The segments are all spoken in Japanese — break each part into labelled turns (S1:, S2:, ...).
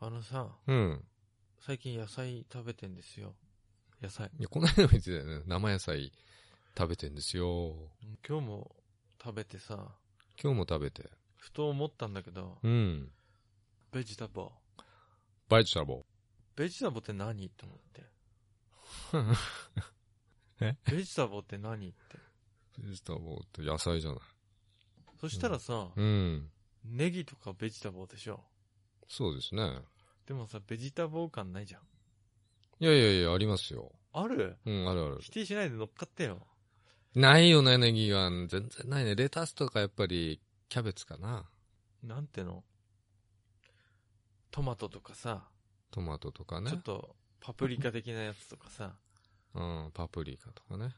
S1: あのさ、
S2: うん。
S1: 最近野菜食べてんですよ。野菜。
S2: いや、この間も言ってたよね。生野菜食べてんですよ。
S1: 今日も食べてさ、
S2: 今日も食べて。
S1: ふと思ったんだけど、
S2: うん。
S1: ベジタボ。
S2: バイトしたぼ。
S1: ベジタボって何って思って。
S2: え
S1: ベジタボって何って。
S2: ベジタボーって野菜じゃない。
S1: そしたらさ、
S2: うん。
S1: ネギとかベジタボでしょ。
S2: そうですね。
S1: でもさ、ベジタボ感ないじゃん。
S2: いやいやいや、ありますよ。
S1: ある
S2: うん、あるある。
S1: 否定しないで乗っかってよ。
S2: ないよね、ネギが。全然ないね。レタスとかやっぱり、キャベツかな。
S1: なんてのトマトとかさ、
S2: トマトとかね。
S1: ちょっとパプリカ的なやつとかさ、
S2: うん、パプリカとかね。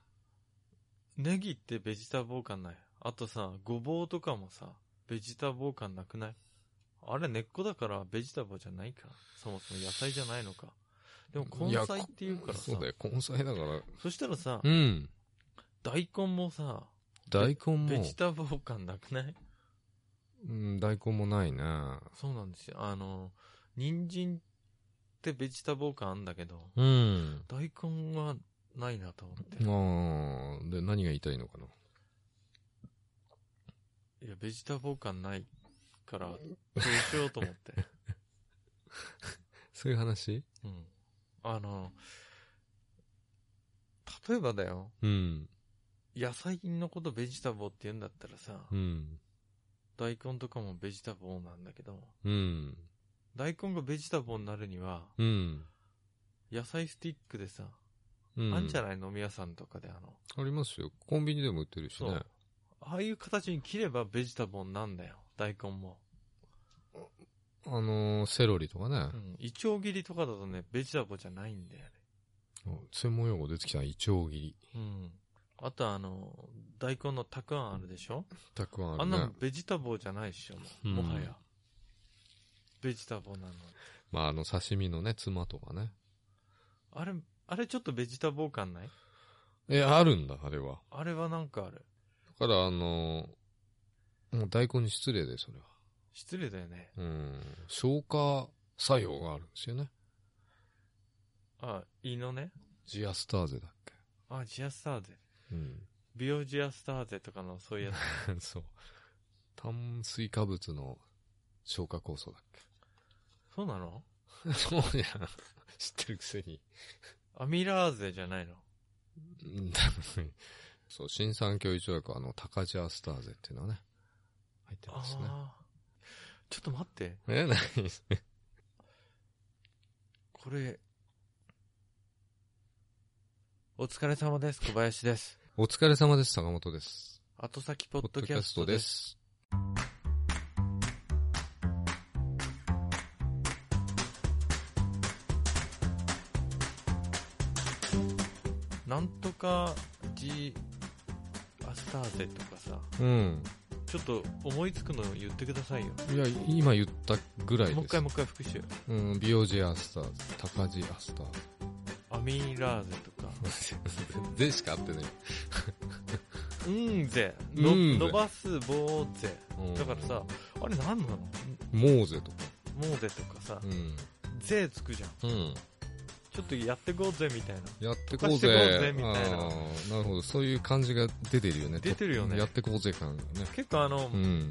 S1: ネギってベジタボー感ない。あとさ、ごぼうとかもさ、ベジタボー感なくないあれ根っこだからベジタボーじゃないか。そもそも野菜じゃないのか。でも根菜って言うからさ
S2: そう、だよ、根菜だから。
S1: そしたらさ
S2: う、ん。
S1: 大根もさ、
S2: 大根
S1: ベ
S2: も
S1: ジ、タボー感なくない
S2: うん、大根もないな。
S1: そうなんですよ。あの、人参ってベジタボー感あんだけど、
S2: うん。
S1: 大根はないなと思って。
S2: ああ、で、何が言いたいのかな。
S1: いや、ベジタボー感ないから、どうしようと思って。
S2: そういう話
S1: うん。あの、例えばだよ、
S2: うん。
S1: 野菜のことベジタボーって言うんだったらさ、
S2: うん。
S1: 大根とかもベジタボーなんだけど、
S2: うん。
S1: 大根がベジタボーになるには、
S2: うん。
S1: 野菜スティックでさ、
S2: うん。
S1: あんじゃない飲み屋さんとかであの、
S2: ありますよ。コンビニでも売ってるし
S1: そ
S2: ね
S1: う。ああいう形に切ればベジタボーになんだよ、大根も。
S2: あのー、セロリとかね
S1: う。ん。イチョウ切りとかだとね、ベジタボーじゃないんだよね。
S2: 専門用語出てきたなイチョウ切り。
S1: うん。あとあの、大根のたくあんあるでしょ
S2: たくあ
S1: あ
S2: ん
S1: ん
S2: ね
S1: なの。ベジタボーじゃないっしょ、もう
S2: うん
S1: もはや。ベジタボーなの。
S2: まあ、あの、刺身のね、ツマとかね。
S1: あれ、あれちょっとベジタボー感ない
S2: え、あるんだ、あれは。
S1: あれはなんかある。
S2: だから、あのー、もう大根に失礼で、それは。
S1: 失礼だよね。
S2: うん。消化作用があるんですよね。
S1: あ、胃のね。
S2: ジアスターゼだっ
S1: あ、ジアスターゼ。
S2: け。うん。
S1: 美容ジアスターゼとかのそういうやつ。
S2: そう。炭水化物の消化酵素だっ
S1: そうなの
S2: け。そうじゃん。知ってるくせに。
S1: アミラーゼじゃないの。
S2: うんそう、新産教一学はあの、タカジアスターゼっていうのはね、入ってますね。
S1: あーちょっと待って。
S2: え、何
S1: これ。お疲れ様です。小林です。
S2: お疲れ様です、坂本です。
S1: 後先ポ
S2: ポ
S1: ッ
S2: ッ
S1: ド
S2: ド
S1: キ
S2: キ
S1: ャ
S2: ャ
S1: ス
S2: ス
S1: ト
S2: ト
S1: で。
S2: ですす。
S1: なんとかジアスターゼとかさ。
S2: うん。
S1: ちょっと思いつくの言ってくださいよ。
S2: いや、今言ったぐらいです。
S1: もう一回もう一回復習。
S2: うん、ビオジアスターゼ、タカジアスター
S1: アミラーゼと か。
S2: ゼ。 でしか合ってね。
S1: うんぜ。の
S2: うんぜ
S1: 伸ばす棒ぜ。
S2: うん
S1: だからさ、あれ何なのん
S2: モーゼとか。
S1: もうぜとかさ
S2: う、ん。
S1: ぜつくじゃん。
S2: うん。
S1: ちょっとやってこうぜみたいな。
S2: やってこ
S1: 溶か
S2: う
S1: してこ
S2: ぜ。
S1: うぜみたいな
S2: あーなるほど。そういう感じが出てるよね。
S1: 出てるよね
S2: やってこうぜ感がね。
S1: 結構あの、
S2: うん。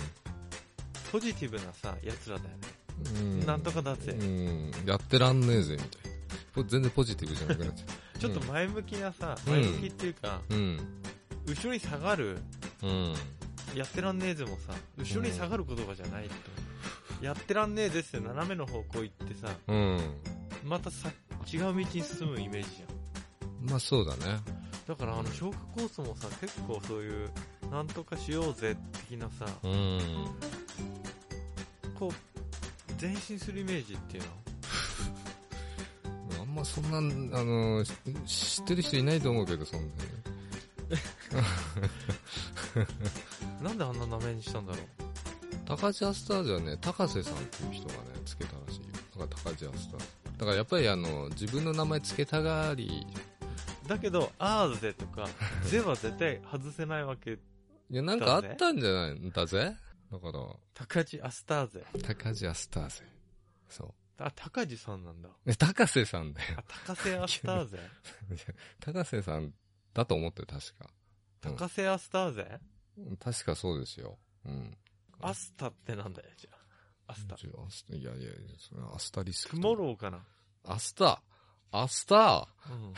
S1: ポジティブなさ、やつらだよね。
S2: うん。
S1: なんとかだぜ
S2: う。ん。やってらんねえぜ、みたいなこれ。全然ポジティブじゃなくなっちゃ
S1: ちょっと前向きなさ、
S2: うん
S1: 前向きっていうか、
S2: う。うん。
S1: 後ろに下がる、
S2: うん。
S1: やってらんねえぜもさ、後ろに下がる言葉じゃないと。やってらんねえぜって斜めの方向行ってさ、
S2: うん。
S1: またさ、違う道に進むイメージじゃん。
S2: まあそうだね。
S1: だからあの消化酵素もさ結構そういうなんとかしようぜ的なさ
S2: うん。
S1: こう前進するイメージっていうの
S2: あんまそんな、あの、し知ってる人いないと思うけど、そんなに。
S1: なんであんな名前にしたんだろ
S2: 高地アスターじゃね、高瀬さんっていう人がね、つけたらしいよ。だから高地アスター。だからやっぱりあの、自分の名前つけたがり、
S1: うだけど「あーぜ」と か「ぜ」は絶対外せないわけ
S2: いや、なんかあったんじゃないんだぜだから、
S1: 高地アスターゼ
S2: 高地アスターゼ。そう。
S1: あ、高地さんなんだ。
S2: え高瀬さんだよ。
S1: あ、高瀬 アスターゼ。
S2: 高瀬さんだと思ってる、確か。うん
S1: 高瀬アスターゼ
S2: 確かそうですよ。うん。
S1: アスタってなんだよ、じゃあ。アスタ。
S2: ちょアスいやいやいや、それアスタリスク
S1: ト
S2: と。
S1: ゥモローかな。
S2: アスタアス
S1: う
S2: タ
S1: ん。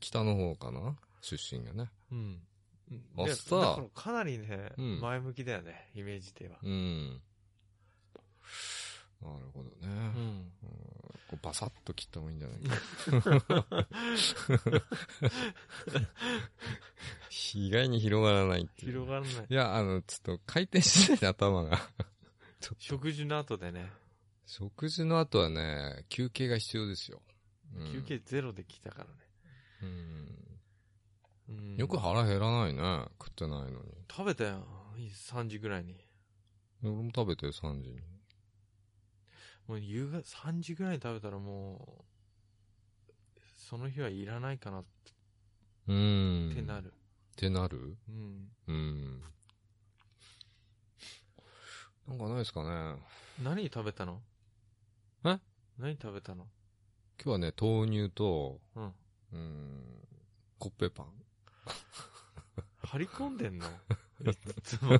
S2: 北の方かな出身がね。
S1: うん。
S2: ア
S1: で
S2: スター
S1: だからかなりね、
S2: うん
S1: 前向きだよね、イメージでは。
S2: うん。なるほど
S1: う
S2: ね。
S1: ん。
S2: うんこうバサッと切った方がいいんじゃないか。 意外に広がらないっていう
S1: 広がらない
S2: い。や、あの、ちょっと回転しないで頭 が。ちょっと。
S1: 食事の後でね、
S2: 食事の後はね、休憩が必要ですよ。うん
S1: 休憩ゼロで来たからね。
S2: うん。
S1: うん
S2: よく腹減らないね。食ってないのに。
S1: 食べたよ。3時ぐらいに。
S2: 俺も食べて3時に。
S1: もう夕方、3時ぐらいに食べたらもう、その日はいらないかなっ
S2: うん。
S1: てな
S2: っ
S1: る。
S2: てなる
S1: うん。
S2: うん。なんかないですかね。今
S1: 何食べたの
S2: え
S1: 何食べたの
S2: 日はね、豆乳と、
S1: うん。
S2: うん、コッペパン。
S1: 張り込んでんのいつも。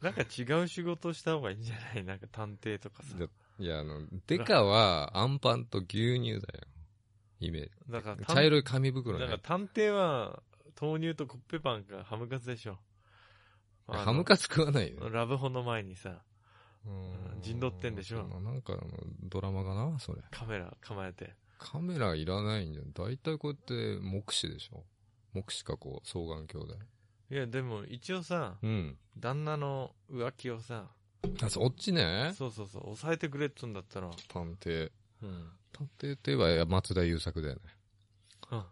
S1: なんか違う仕事した方がいいんじゃないなんか探偵とかさ
S2: じ。ゃいや、あの、デカは、アンパンと牛乳だよ。イメージ。
S1: だから探、
S2: 茶色い紙袋
S1: だから
S2: ね。
S1: 探偵は、豆乳とコッペパンかハムカツでしょ。あの
S2: ハムカツ食わないね。
S1: ラブホの前にさ、
S2: うん
S1: 陣取ってんでしょ
S2: そななんかあの、ドラマかなそれ。
S1: カメラ構えて。
S2: カメラいらないんじゃん。大体こうやって、目視でしょ目視かこう、双眼鏡で。
S1: いや、でも一応さ、
S2: うん。
S1: 旦那の浮気をさ、
S2: あ、そっちね。
S1: そうそうそう、抑えてくれっつうんだったら、
S2: 探偵。
S1: うん。
S2: 探偵といえば松田優作だよね。
S1: うん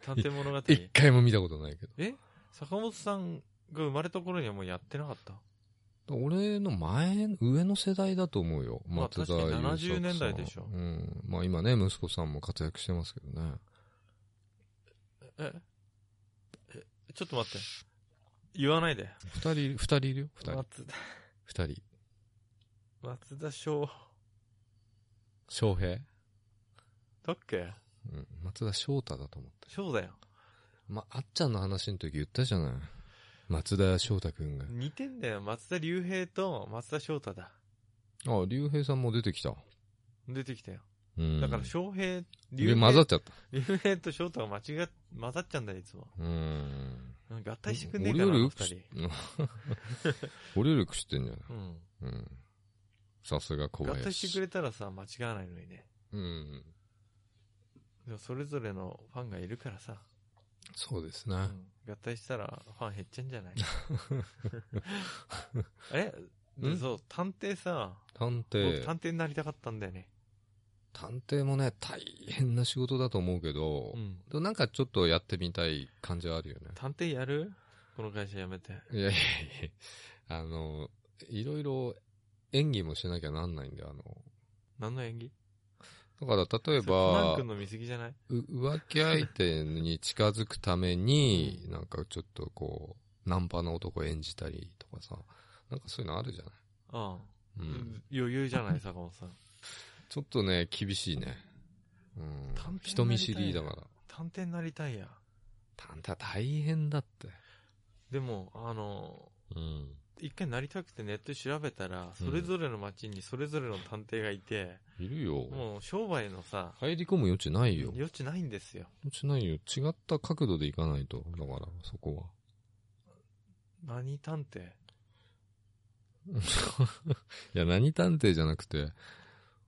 S1: 探偵物語。
S2: 一回も見たことないけど。
S1: 坂本さんが生まれた頃にはもうやってなかった
S2: 俺の前、上の世代だと思うよ。
S1: まあ
S2: 松田優作さ
S1: 確
S2: ん。
S1: かに70年代でしょ
S2: うん。まあ今ね、息子さんも活躍してますけどね。
S1: ええちょっと待って。言わないで。
S2: 二人いる、二人いるよ。二人。
S1: 松田、
S2: 二人。
S1: 松田翔、
S2: 翔平
S1: だっけ
S2: うん。松田翔太だと思って。
S1: 翔だよ。
S2: まあ、あっちゃんの話の時言ったじゃない。松田翔太くんが。
S1: 似てんだよ。松田龍平と松田翔太だ。
S2: あ、竜兵さんも出てきた。
S1: 出てきたよ。
S2: うん。
S1: だから翔平、
S2: 竜混ざ
S1: 平、
S2: っちゃった。
S1: 龍平と翔太が間違っ、混ざっちゃうんだよ、いつも。
S2: うん。
S1: うん合体してくんねえか
S2: 俺
S1: な、
S2: より
S1: 二
S2: よく
S1: 人
S2: 知。 俺よりよく知ってんじゃない
S1: うん。
S2: うん。さすが小
S1: 合
S2: 林。
S1: 体してくれたらさ、間違わないのにね。
S2: うん。
S1: でもそれぞれのファンがいるからさ。
S2: そうですね。
S1: うん合体したらファン減っちゃうん じゃないえで
S2: ん
S1: そう、探偵さ、
S2: 探
S1: 僕
S2: 偵。
S1: 探偵になりたかったんだよね。
S2: 探偵もね、大変な仕事だと思うけど、
S1: うん。
S2: でもなんかちょっとやってみたい感じはあるよね。
S1: 探偵やるこの会社辞めて。
S2: いやいやいや、あの、いろいろ演技もしなきゃなんないんで、あの、
S1: 何の演技
S2: だから例え
S1: それコナン
S2: ば、
S1: 君の見過ぎじゃないう、
S2: 浮気相手に近づくために
S1: う
S2: なんかちょっとこう、ナンパの男演じたりとかさ、なんかそういうのあるじゃない。
S1: うん。
S2: うん。
S1: 余裕じゃない、坂本さん。
S2: ちょっとね、厳しいね。う
S1: 探偵になり
S2: ん。
S1: たい
S2: 人見知りだから。
S1: 探偵になりたいや。
S2: 探偵は大変だって。
S1: でも、あの、
S2: うん。
S1: 一回なりたくてネットで調べたら、それぞれの町にそれぞれの探偵がいて、
S2: いるよ。
S1: もう商売のさ、
S2: 入り込む余地ないよ。
S1: 余地ないんですよ。
S2: 余地ないよ。違った角度でいかないと。だから、そこは。
S1: 何探偵
S2: いや、何探偵じゃなくて、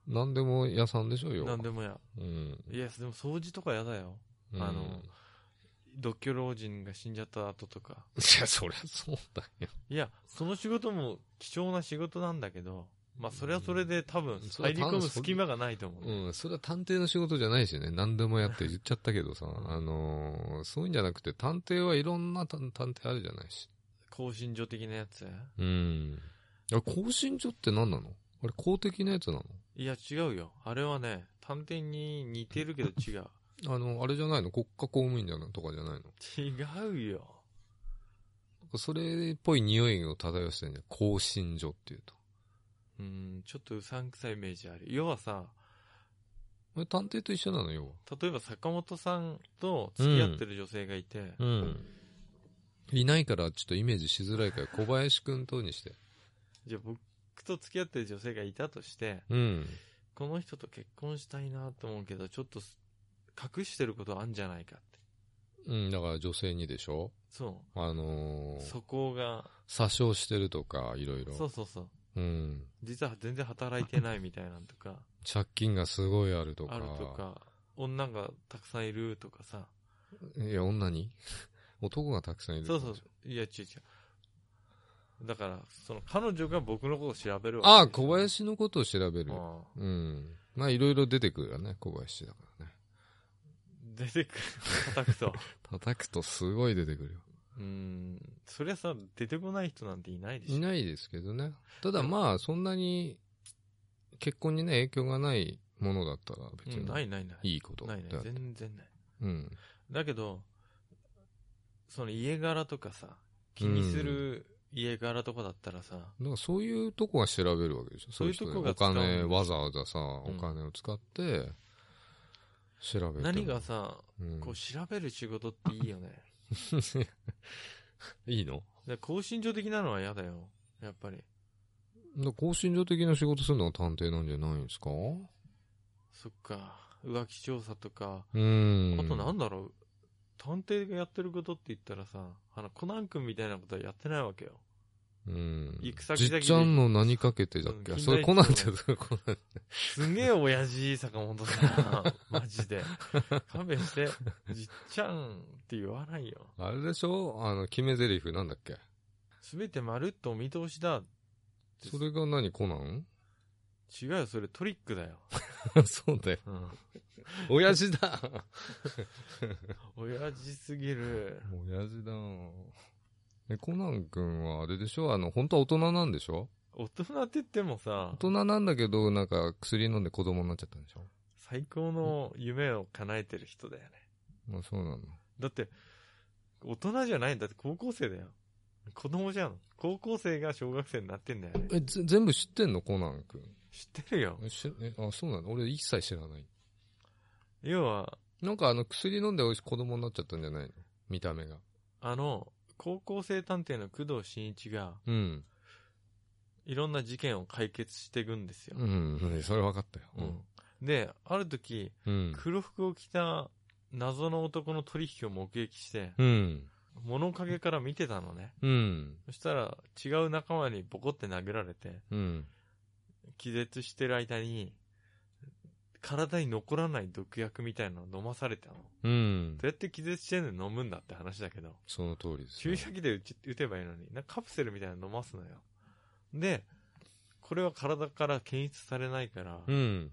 S2: 何でも屋さんでしょうよ。
S1: 何でもや。
S2: うん。
S1: いや、でも掃除とかやだよ。
S2: うん
S1: あの独居老人が死んじゃった後とか。
S2: いや、そりゃそうだよ。
S1: いや、その仕事も貴重な仕事なんだけど、まあそれはそれで多分
S2: うん
S1: 入り込む隙間がないと思う。
S2: うん、それは探偵の仕事じゃないしね。何でもやって言っちゃったけど さ、あのーそういうんじゃなくて、探偵はいろんな探探偵あるじゃないし。
S1: 更新所的なやつ
S2: うん。あれ、更新所って何なのあれ、公的なやつなの
S1: いや、違うよ。あれはね、探偵に似てるけ ど違う。
S2: あの、あれじゃないの国家公務員じゃないとかじゃないの
S1: 違うよ。
S2: それっぽい匂いを漂わせてんじゃん。香辛所っていうと。
S1: うん、ちょっとうさんくさいイメージある。要はさ、
S2: これ探偵と一緒なのよ。
S1: 例えば坂本さんと付き合ってる女性がいて、
S2: うん。いないからちょっとイメージしづらいから、小林くん等にして。
S1: じゃあ僕と付き合ってる女性がいたとして、
S2: うん。
S1: この人と結婚したいなと思うけど、ちょっとす隠してることあんじゃないかって。
S2: うん、だから女性にでしょ
S1: そ
S2: あの
S1: う。
S2: ー、
S1: そこが、
S2: 詐称してるとか、いろ
S1: そ
S2: い
S1: う
S2: ろ。
S1: そうそう。
S2: うん。
S1: 実は全然働いてないみたいなんとか、
S2: 借金がすごいあるとか。
S1: あるとか、女がたくさんいるとかさ。
S2: いや、女に 男がたくさんいる。
S1: そうそう。いや、違う違う。だから、その彼女が僕のことを調べる
S2: あ
S1: わ
S2: あ、
S1: けでしょ
S2: 小林のことを調べる。
S1: ああ
S2: うん。まあ、いろいろ出てくるよね、小林だからね。
S1: 出てくる。叩くと。
S2: 叩くとすごい出てくるよ。
S1: うーん。そりゃさ、出てこない人なんていないでしょ。
S2: いないですけどね。ただまあ、そんなに、結婚にね、影響がないものだったら、別
S1: うん
S2: に。
S1: ないないない。
S2: いいことだ
S1: な
S2: よ
S1: いない。全然ない。
S2: うん。
S1: だけど、その家柄とかさ、気にする家柄とかだったらさ、
S2: だからそういうとこが調べるわけでしょ。
S1: そういうとこが
S2: そ人にお
S1: 使
S2: 金、
S1: うん
S2: わざわざさ、お
S1: ん
S2: 金を使って、調べても
S1: 何が、さ、
S2: うん
S1: こう調べる仕事っていいよね。
S2: いいの
S1: で高身長的なのは嫌だよ。やっぱり。
S2: だから高身上的な仕事するのが探偵なんじゃないんですかう
S1: そっか。浮気調査とか、
S2: ーん。
S1: あとなんだろう、探偵がやってることって言ったらさ、あの、コナン君みたいなことはやってないわけよ。
S2: うん。
S1: 行く先
S2: じ
S1: 々で
S2: っちゃんの何かけてだっけ、
S1: うん
S2: それ
S1: 近
S2: コナ
S1: 代
S2: ン
S1: 一
S2: ちゃんだ、コナン。
S1: すげえ親父、坂本さん。マジで。勘弁して、じっちゃんって言わないよ。
S2: あれでしょあの、決め台詞なんだっけ
S1: すべてまるっとお見通しだ。
S2: それが何コナン
S1: 違うよ、それトリックだよ。
S2: そうだよ。
S1: うん。
S2: 親父だ
S1: 親父すぎる。
S2: 親父だえ、コナン君はあれでしょあの、本当は大人なんでしょ
S1: 大人って言ってもさ
S2: 大、人なんだけど、なんか薬飲んで子供になっちゃったんでしょ
S1: 最高の夢を叶えてる人だよね。
S2: まあそうなの。
S1: だって、大人じゃないんだって高校生だよ。子供じゃん。高校生が小学生になってんだよね。
S2: え、ぜ全部知ってんのコナン君。
S1: 知ってるよ。
S2: えしえ、あ、そうなの俺一切知らない。
S1: 要は、
S2: なんかあの、薬飲んで子供になっちゃったんじゃないの見た目が。
S1: あの、高校生探偵の工藤新一が、
S2: うん。
S1: いろんな事件を解決していくんですよ。
S2: うん、それ分かったよ。
S1: うんで、ある時、
S2: うん。
S1: 黒服を着た謎の男の取引を目撃して、
S2: うん。
S1: 物陰から見てたのね。
S2: うん。
S1: そしたら、違う仲間にボコって殴られて、
S2: うん。
S1: 気絶してる間に、体に残らない毒薬みたいなの飲まされたの。ど
S2: うん
S1: う。やって気絶してんの飲むんだって話だけど、
S2: その通りです
S1: 注
S2: ね、
S1: 射器で打ち打てばいいのに、なんかカプセルみたいなの飲ますのよ。で、これは体から検出されないから、
S2: うん。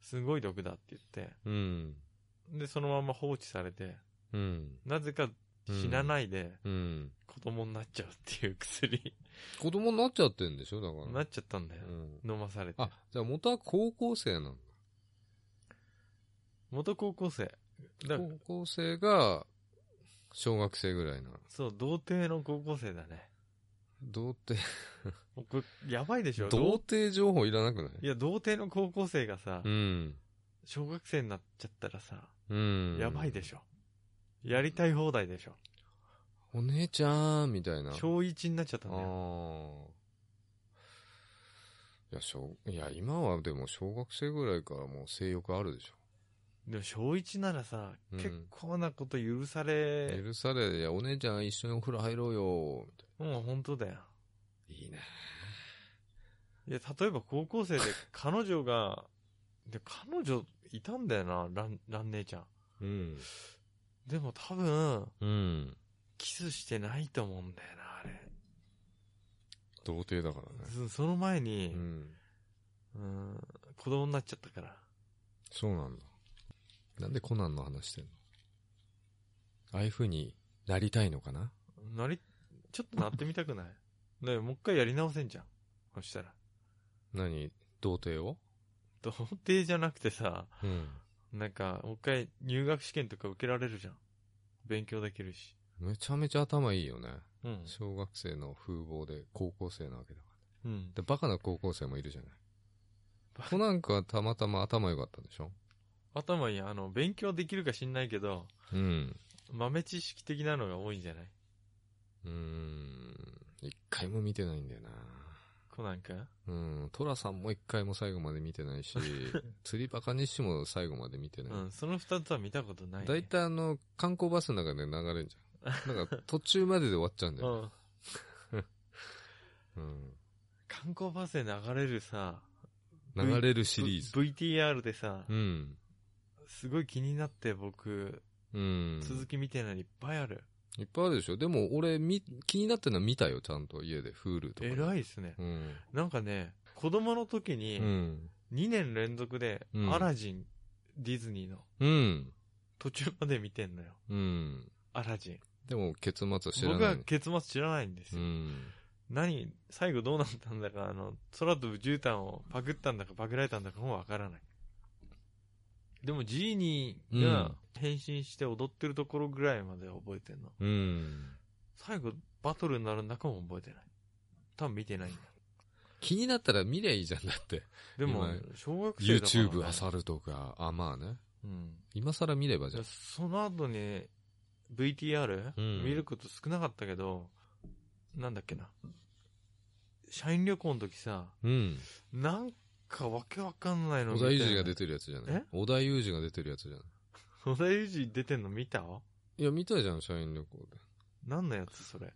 S1: すごい毒だって言って、
S2: うん。
S1: で、そのまま放置されて、
S2: うん。
S1: なぜか死なないで
S2: うん。
S1: 子供になっちゃうっていう薬、
S2: 子供になっちゃってんでしょだから。
S1: なっちゃったんだよ
S2: う。ん。
S1: 飲まされて
S2: あ。、じゃあ元は高校生なの。
S1: 元高校生。だから
S2: 高校生が、小学生ぐらいなの。
S1: そう、童貞の高校生だね。
S2: 童貞、
S1: もうこれ、やばいでしょ
S2: 童
S1: 童
S2: 貞情報いらなくない
S1: いや、童貞の高校生がさ
S2: う、ん。
S1: 小学生になっちゃったらさ、
S2: うん。
S1: やばいでしょ。やりたい放題でしょ。
S2: お姉ちゃんみたいな。
S1: 小1になっちゃったんだよ。
S2: ああ。いや、小、いや、今はでも小学生ぐらいからもう性欲あるでしょ。
S1: でも小1ならさ、
S2: うん
S1: 結構なこと許され、
S2: 許され、いや、お姉ちゃん一緒にお風呂入ろうよ、みた
S1: もう本当だよ。
S2: いな。いいね。
S1: いや、例えば高校生で 彼女が、で、彼女いたんだよな、ラン、ラン姉ちゃん。
S2: うん。
S1: でも多分、
S2: うん。
S1: キスしてないと思うんだよな、あれ。
S2: 童貞だからね。
S1: そその前に、
S2: うん。
S1: うん、子供になっちゃったから。
S2: そうなんだ。なんでコナンの話してんのああいう風になりたいのかな
S1: なり、ちょっとなってみたくないねえもう一回やり直せんじゃん。そしたら。
S2: 何童貞を
S1: 童貞じゃなくてさ、
S2: うん。
S1: なんか、もう一回入学試験とか受けられるじゃん。勉強できるし。
S2: めちゃめちゃ頭いいよね。
S1: うん。
S2: 小学生の風貌で高校生なわけだから。
S1: うん。
S2: で、バカな高校生もいるじゃない
S1: バ。カ
S2: コナン君はたまたま頭良かったでしょ
S1: 頭いい、あの、勉強できるか知んないけど、
S2: うん。
S1: 豆知識的なのが多いんじゃないう
S2: ーん。一回も見てないんだよな。
S1: コナン君
S2: うん。トラさんも一回も最後まで見て ないし、釣りバカにしも最後まで見てない。
S1: うん、その二つは見たことない、ね。
S2: 大体あの、観光バスの中で流れんじゃん。 なんか途中までで終わっちゃうんだ
S1: う
S2: よ。
S1: ん。
S2: うん。
S1: 観光バスで流れるさ、
S2: 流れるシリーズ。
S1: V- VTR でさ、
S2: うん。
S1: すごい気になって僕、
S2: うん。
S1: 続き見てないのいっぱいある。
S2: いっぱいあるでしょ。でも俺、み、気になってるのは見たよ、ちゃんと家で。フールとか。
S1: 偉
S2: い。
S1: いですね。
S2: うん。
S1: なんかね、子供の時
S2: う
S1: に、
S2: ん。
S1: 2年連続で
S2: う、ん
S1: アラジン、ディズニーの、
S2: うん。
S1: 途中まで見てんのよ。
S2: うん。
S1: アラジン。
S2: でも結末は知ら
S1: 僕
S2: ない
S1: は
S2: ね。
S1: 結末知らないんです
S2: う
S1: よ。
S2: ん。
S1: 何、最後どうなったんだか、あの、空飛ぶ絨毯をパクったんだかパクられたんだかもわからない。でもジーニー
S2: う
S1: が
S2: ん
S1: 変身して踊ってるところぐらいまで覚えてんの。
S2: うん。
S1: 最後バトルになる中も覚えてない。多分見てないんだ。
S2: 気になったら見りゃいいじゃんだ って。
S1: でも
S2: 今、
S1: 小学生だから、ね。
S2: YouTube 漁るとか、あ、まあね。
S1: うん。
S2: 今更見ればじゃん。
S1: その後に VTR、
S2: うん
S1: 見ること少なかったけど、なんだっけな。社員旅行の時さ、
S2: うん。
S1: なんかわけわかんないの
S2: 小田裕二が
S1: 出
S2: 出
S1: て。
S2: てるやつじゃない
S1: え
S2: 小田裕二が出てるやつじゃない
S1: 小田裕二出てんの見た
S2: いや、見たじゃん、社員旅行
S1: 何のやつそれ。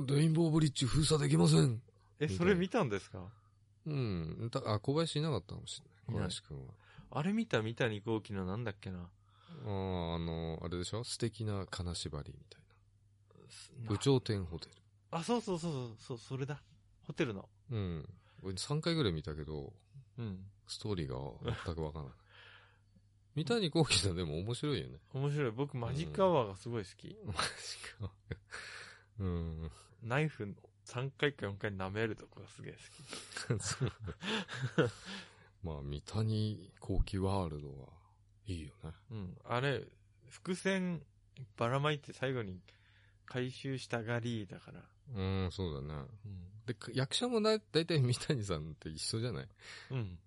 S2: で。レインボーブリッジ封鎖できません。
S1: え、
S2: 見たよ
S1: それ見たんですか
S2: うん。たあ、小林いなかったかもしれない。
S1: い
S2: 小
S1: ない
S2: 林くんは。
S1: あれ見た三谷幸喜のなんだっけな。
S2: あーあの、あれでしょ素敵な金縛りみたい
S1: す
S2: な。部長天ホテ
S1: あ、そうそうそうそう、そう、それだ。ホテルの。
S2: ル。うん。俺3回ぐらい見たけど、
S1: うん。
S2: ストーリーが全くわ からない。三谷幸喜さんでも面白いよね。
S1: 面白い。僕、マジックアワーがすごい好き。
S2: マジか。うん。
S1: ナイフの3回か4回舐めるとこがすげえ好き。
S2: そうまあ、三谷幸喜ワールドはいいよね。
S1: うん。あれ、伏線ばらまいて最後に回収したがりだから。
S2: うん、そうだね。
S1: うん。
S2: で、く役者もだ、だいたい三谷さんって一緒じゃない
S1: うん。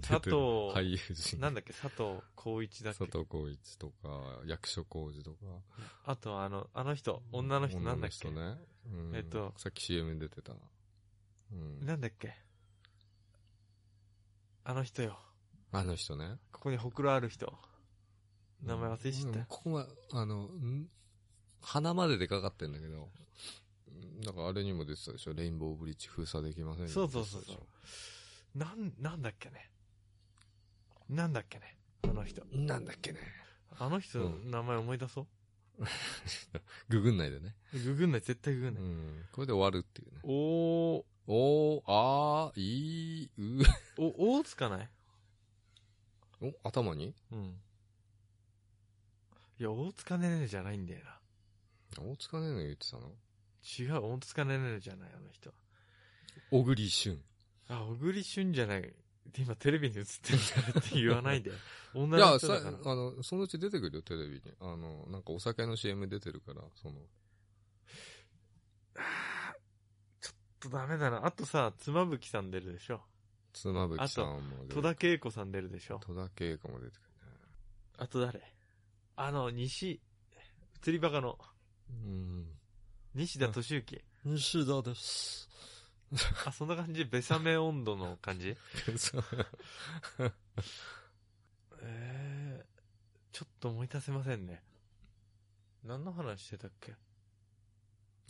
S2: 出てる
S1: 佐藤
S2: 俳優陣。
S1: なんだっけ、佐藤浩一だっ
S2: 佐
S1: け。
S2: 藤浩市とか、役所広司とか。
S1: あと、あの、あの人、女の人なんだっけ。
S2: 女の人ね。うん
S1: えっと
S2: さっき CM に出てた。うん。
S1: なんだっけ。あの人よ。
S2: あの人ね。
S1: ここにほくろある人。名前忘れちゃっ
S2: うん
S1: た。
S2: ここは、あの、ん鼻まででかかってんだけど、んなんかあれにも出てたでしょレインボーブリッジ封鎖できませんよ
S1: そうそうそう
S2: 出てたでし
S1: そう。なん、なんだっけね。なんだっけね。あの人。
S2: ょなんだっけね。
S1: あの人の
S2: うん
S1: 名前思い出そう。
S2: ググんないでね。
S1: ググんない、絶対ググん
S2: う
S1: ない。
S2: ん。これで終わるっていうね。
S1: おー、
S2: おー、あー、いー、う
S1: お、おつかない
S2: ー。お、頭に
S1: うん。いや、大塚ねねねじゃないんだよな。
S2: 大塚ねえの言ってたの
S1: 違う、大塚ねねねじゃない、あの人。
S2: 小栗旬。
S1: あ、小栗旬じゃない。で今テレビに映ってるからって言わ ないで。
S2: い
S1: 女の
S2: や、
S1: 人
S2: さ
S1: だから。、
S2: あの、そのうち出てくるよ、テレビに。あの、なんかお酒の CM 出てるから、その、
S1: ちょっとダメだな。あとさ、妻夫木さん出るでしょ。
S2: 妻夫木さんも出
S1: 戸
S2: て
S1: 田恵子さん出るでしょ。
S2: 戸田恵子も出てくるね。
S1: あと誰あの、西、釣りバカの、
S2: うん。
S1: 西田敏行。
S2: 西 田です。
S1: あ、そんな感じベサメ温度の感 じえー、ちょっと思い出せませんね。何の話してたっけ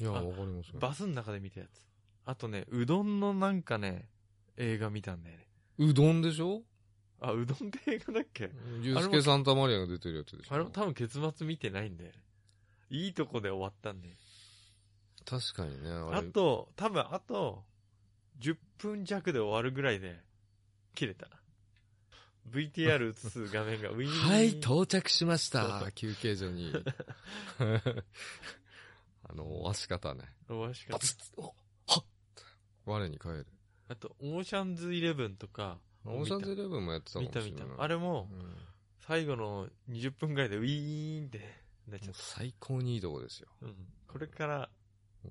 S2: いや、
S1: あ
S2: わかりますよ。
S1: バスの中で見たやつ。あとね、うどんのなんかね、映画見たんだよね。
S2: うどんでしょ
S1: あ、うどんって映画だっけ
S2: ゆうすけサンタマリアが出てるやつでしょ
S1: あれも多分結末見てないんだよね。いいとこで終わったんだよ。
S2: 確かにね、あれ。
S1: あと、多分あと、10分弱で終わるぐらいで、切れた。VTR 映す画面がウィーン。
S2: はい、到着しまし
S1: そうそ
S2: た
S1: う。
S2: 休憩 所に。あの、足方ね。
S1: おわしか
S2: バ
S1: った
S2: ツッおはっ我に返る。
S1: あと、オーシャンズイレブンとか、
S2: オーシャンズイレブンもやってたか
S1: 見
S2: もしたれない。
S1: 見た。あれ
S2: う
S1: も
S2: ん、、
S1: 最後の20分ぐらいでウィーンってなっちゃ
S2: もう
S1: っ
S2: 最高にいいとこですよ。
S1: た。うん。これから、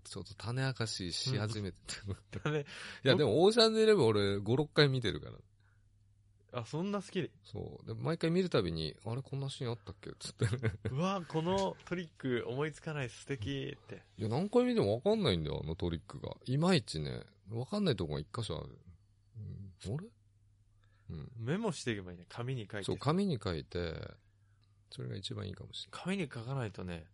S2: ちょっと種明かしし始めてた。 い
S1: あれ、
S2: や、でも、オーシャンズイレブン俺、5、6回見てるから。
S1: あ、そんな好きで。
S2: そう。で、毎回見るたびに、あれ、こんなシーンあったっけつって。
S1: うわ、このトリック思いつかない素敵って。
S2: いや、何回見てもわかんないんだよ、あのトリックが。いまいちね、わかんないとこが一箇所ある。うん、あれうん。
S1: メモしていけばいいね。紙に書いて。
S2: そう、紙に書いて、それが一番いいかもし
S1: 紙に書かないとね、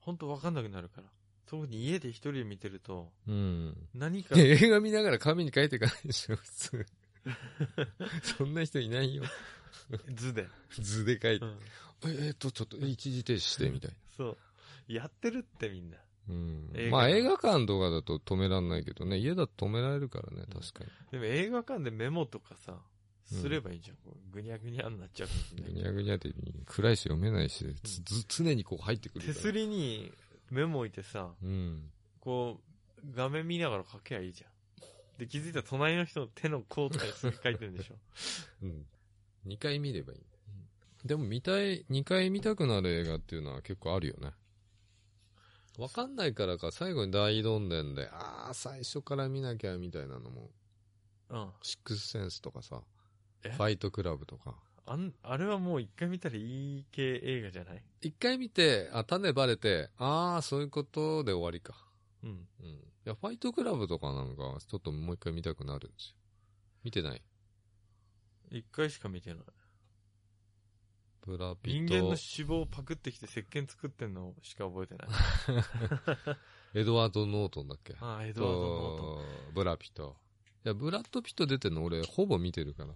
S1: ほんとわかんなくなるから。特に家で一人で見てると、
S2: れない。うん。
S1: 何か
S2: いや、映画見ながら紙に書いていかないでしょ、普 通。そんな人いないよ。
S1: 図で。
S2: 図で書いて
S1: う。ん
S2: え、えっと、ちょっと、え一時停止して、みたい
S1: そう。やってるってみんな。
S2: な。うん
S1: 映。画
S2: まあ、映画館とかだと止めらんないけどね、家だと止められるからね、確かに。
S1: でも映画館でメモとかさ、
S2: うん
S1: すればいいじゃん。こうぐにゃぐにゃになっちゃうかもしれな
S2: ぐ
S1: い
S2: にゃぐにゃって暗いし読めないし、ずず常にこう入ってくるか
S1: 手
S2: ら。
S1: すりにメモ置いてさ、
S2: うん。
S1: こう、画面見ながら書けばいいじゃん。で、気づいたら隣の人の手の甲とかに書いてるんでしょ。
S2: うん。2回見ればいい。でも見たい、2回見たくなる映画っていうのは結構あるよね。わかんないからか、最後に大どんでんで、あー、最初から見なきゃみたいなのも、
S1: うん。
S2: シックスセンスとかさ、フ
S1: え
S2: ァイトクラブとか。
S1: あん、あれはもう一回見たらいい系映画じゃない
S2: 一回見て、あ、種バレて、あー、そういうことで終わりか。
S1: うん。
S2: うん。いや、ファイトクラブとかなんか、ちょっともう一回見たくなるんですよ。見てない
S1: 一回しか見てない。
S2: ブラピ
S1: 人
S2: ッ
S1: 間の脂、
S2: ト
S1: 肪をパクってきて石鹸作ってんのしか覚えて ない。
S2: エドワード・ノートンだっけ
S1: ああ、エ
S2: え
S1: ドワード・ノートン。
S2: ブラピと。いや、ブラッド・ピット出てんの俺、ほぼ見てるから。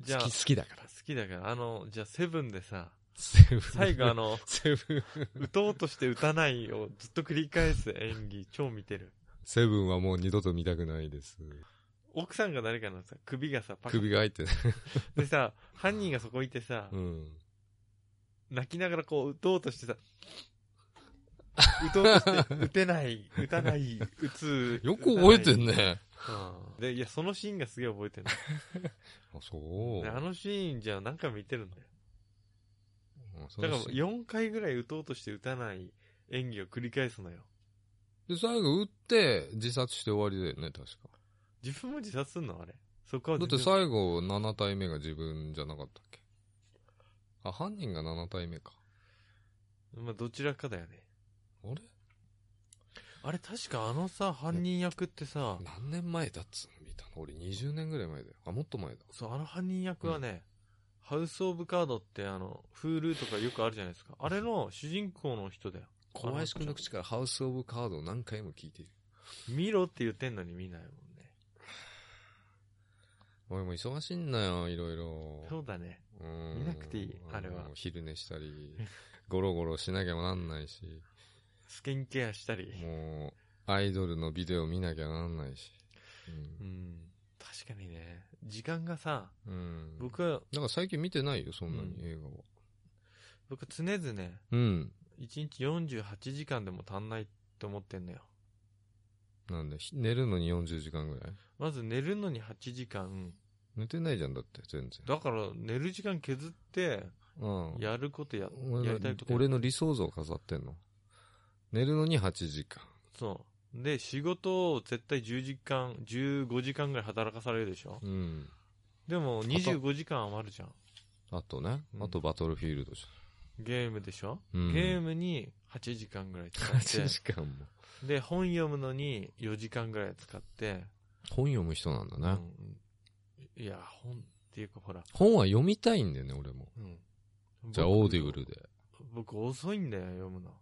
S1: じゃあ、
S2: 好
S1: 好
S2: き、好きだから。
S1: きだから、あの、じゃあ、セブンでさ、
S2: セブン。
S1: 最後あ、 の、
S2: セブン。
S1: 打とうとして打たないをずっと繰り返す演技、超見てる。
S2: セブンはもう二度と見たくないです。
S1: 奥さんが誰かのさ、首がさ、パカッ
S2: 首が入ってね。
S1: でさ、犯人がそこいてさ、
S2: うん。
S1: 泣きながらこう打とうとして さ、打とうとして、打てない、打たない、打つ。
S2: よく覚えてん
S1: ね。
S2: ね。
S1: うんで、いや、そのシーンがすげえ覚えてる
S2: あ、そう。
S1: あのシーンじゃあ何回も見てるんだよ。
S2: あそ
S1: だ
S2: れ
S1: から4回ぐらい打とうとして打たない演技を繰り返すのよ。
S2: で、最後撃って、自殺して終わりだよね、確か。
S1: 自分も自殺すんのあれ。そこは
S2: だって
S1: 全然
S2: 最後、7体目が自分じゃなかったっけあ、犯人が7体目か。
S1: まあ、どちらかだよね。
S2: あれ
S1: あれ、確かあのさ、犯人役ってさ、
S2: 何年前だっつうの見たの俺20年ぐらい前だよ。あ、もっと前だ。
S1: そう、あの犯人役はね、ハウス・オブ・カードってあの、フールとかよくあるじゃないですか。あれの主人公の人だよ。
S2: 小林君の口からハウス・オブ・カードを何回も聞いている。
S1: 見ろって言ってんのに見ないもんね。
S2: 俺も忙しいんだよ、いろいろ。
S1: そうだね。
S2: うん
S1: 見なくていいあれは
S2: の昼寝したり、ゴロゴロしなきゃなんないし、
S1: スキンケアしたり。
S2: もう、アイドルのビデオ見なきゃなんないし。
S1: う。
S2: うん
S1: 確かにね。時間がさ、
S2: ん。うん、だか
S1: 僕は、
S2: ら最近見てないよ、そんなに
S1: う、ん
S2: 映画は。
S1: 僕常々ね、
S2: うん。
S1: 1日48時間でも足んないって思ってんのよ。
S2: なんで、ひ寝るのに40時間ぐらい
S1: まず寝るのに8時間。
S2: 寝てないじゃんだって、全然。
S1: だから寝る時間削って、
S2: うん。
S1: やることや、や
S2: 俺
S1: りたい
S2: の
S1: ことや
S2: 俺の理想像飾ってんの。寝るのに8時間。
S1: そう。で、仕事を絶対10時間、15時間ぐらい働かされるでしょ
S2: うん。
S1: でも25時間余るじゃん。
S2: あとね、
S1: うん
S2: あとバトルフィールドじ
S1: ゲームでしょ、
S2: ゃん。うん、
S1: ゲームに8時間ぐらい 使っ
S2: 8
S1: て、
S2: 時間も。
S1: で、本読むのに4時間ぐらい使って、
S2: 本読む人なんだね。
S1: うんいや、本っていうかほら、
S2: 本は読みたいんだよね、俺も。
S1: うん
S2: じゃあ、オーディブル。で。
S1: 僕僕遅いんだよ、読むの。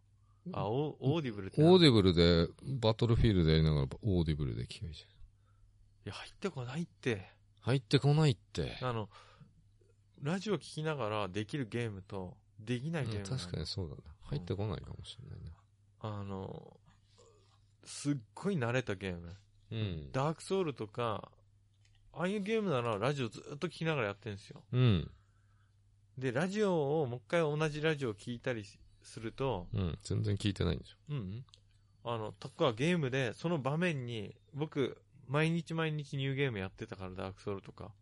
S1: あ、
S2: う
S1: オオーディブルってなんだ。
S2: オーディブルで、バトルフィールドやりながら、オーディブルで聞けばいいじ
S1: いや、入ってこないって。
S2: ゃん。入ってこないって。
S1: あの、ラジオ聞きながらできるゲームと、できないゲームが
S2: うん
S1: あるの、
S2: 確かにそうだね。入ってこないかもしれないな。
S1: あの、すっごい慣れたゲーム。
S2: うん。
S1: ダークソウルとか、ああいうゲームならラジオずっと聞きながらやってるんですよ。
S2: うん。
S1: で、ラジオをもう一回同じラジオを聞いたりしすると、
S2: うん。全然聞いてないんでしょ。
S1: うんうん。あの、とかゲームで、その場面に、僕、毎日毎日ニューゲームやってたから、ダークソウルとか。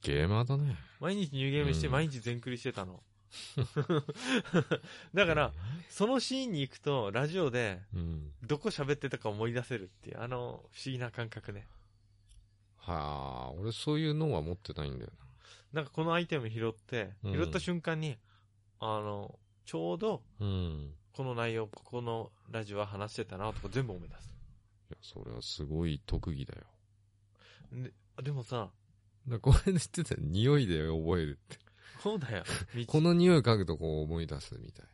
S2: ゲーマーだね。
S1: 毎日ニューゲームして、
S2: うん
S1: 毎日全クリしてたの。 だから、、そのシーンに行くと、ラジオで、
S2: うん。
S1: どこ喋ってたか思い出せるっていう、あの、不思議な感覚ね。
S2: はあ、俺そういうのは持ってないんだよ
S1: なんかこのアイテム拾って、
S2: うん
S1: 拾った瞬間に、あの、ちょうど、
S2: な。うん。
S1: この内容、ここのラジオは話してたなとか全部思い出す。
S2: いや、それはすごい特技だよ。
S1: ででもさ、
S2: だからこれで知ってたら匂いで覚えるって。
S1: そうだ よ。道
S2: この匂い嗅ぐとこう思い出すみたい。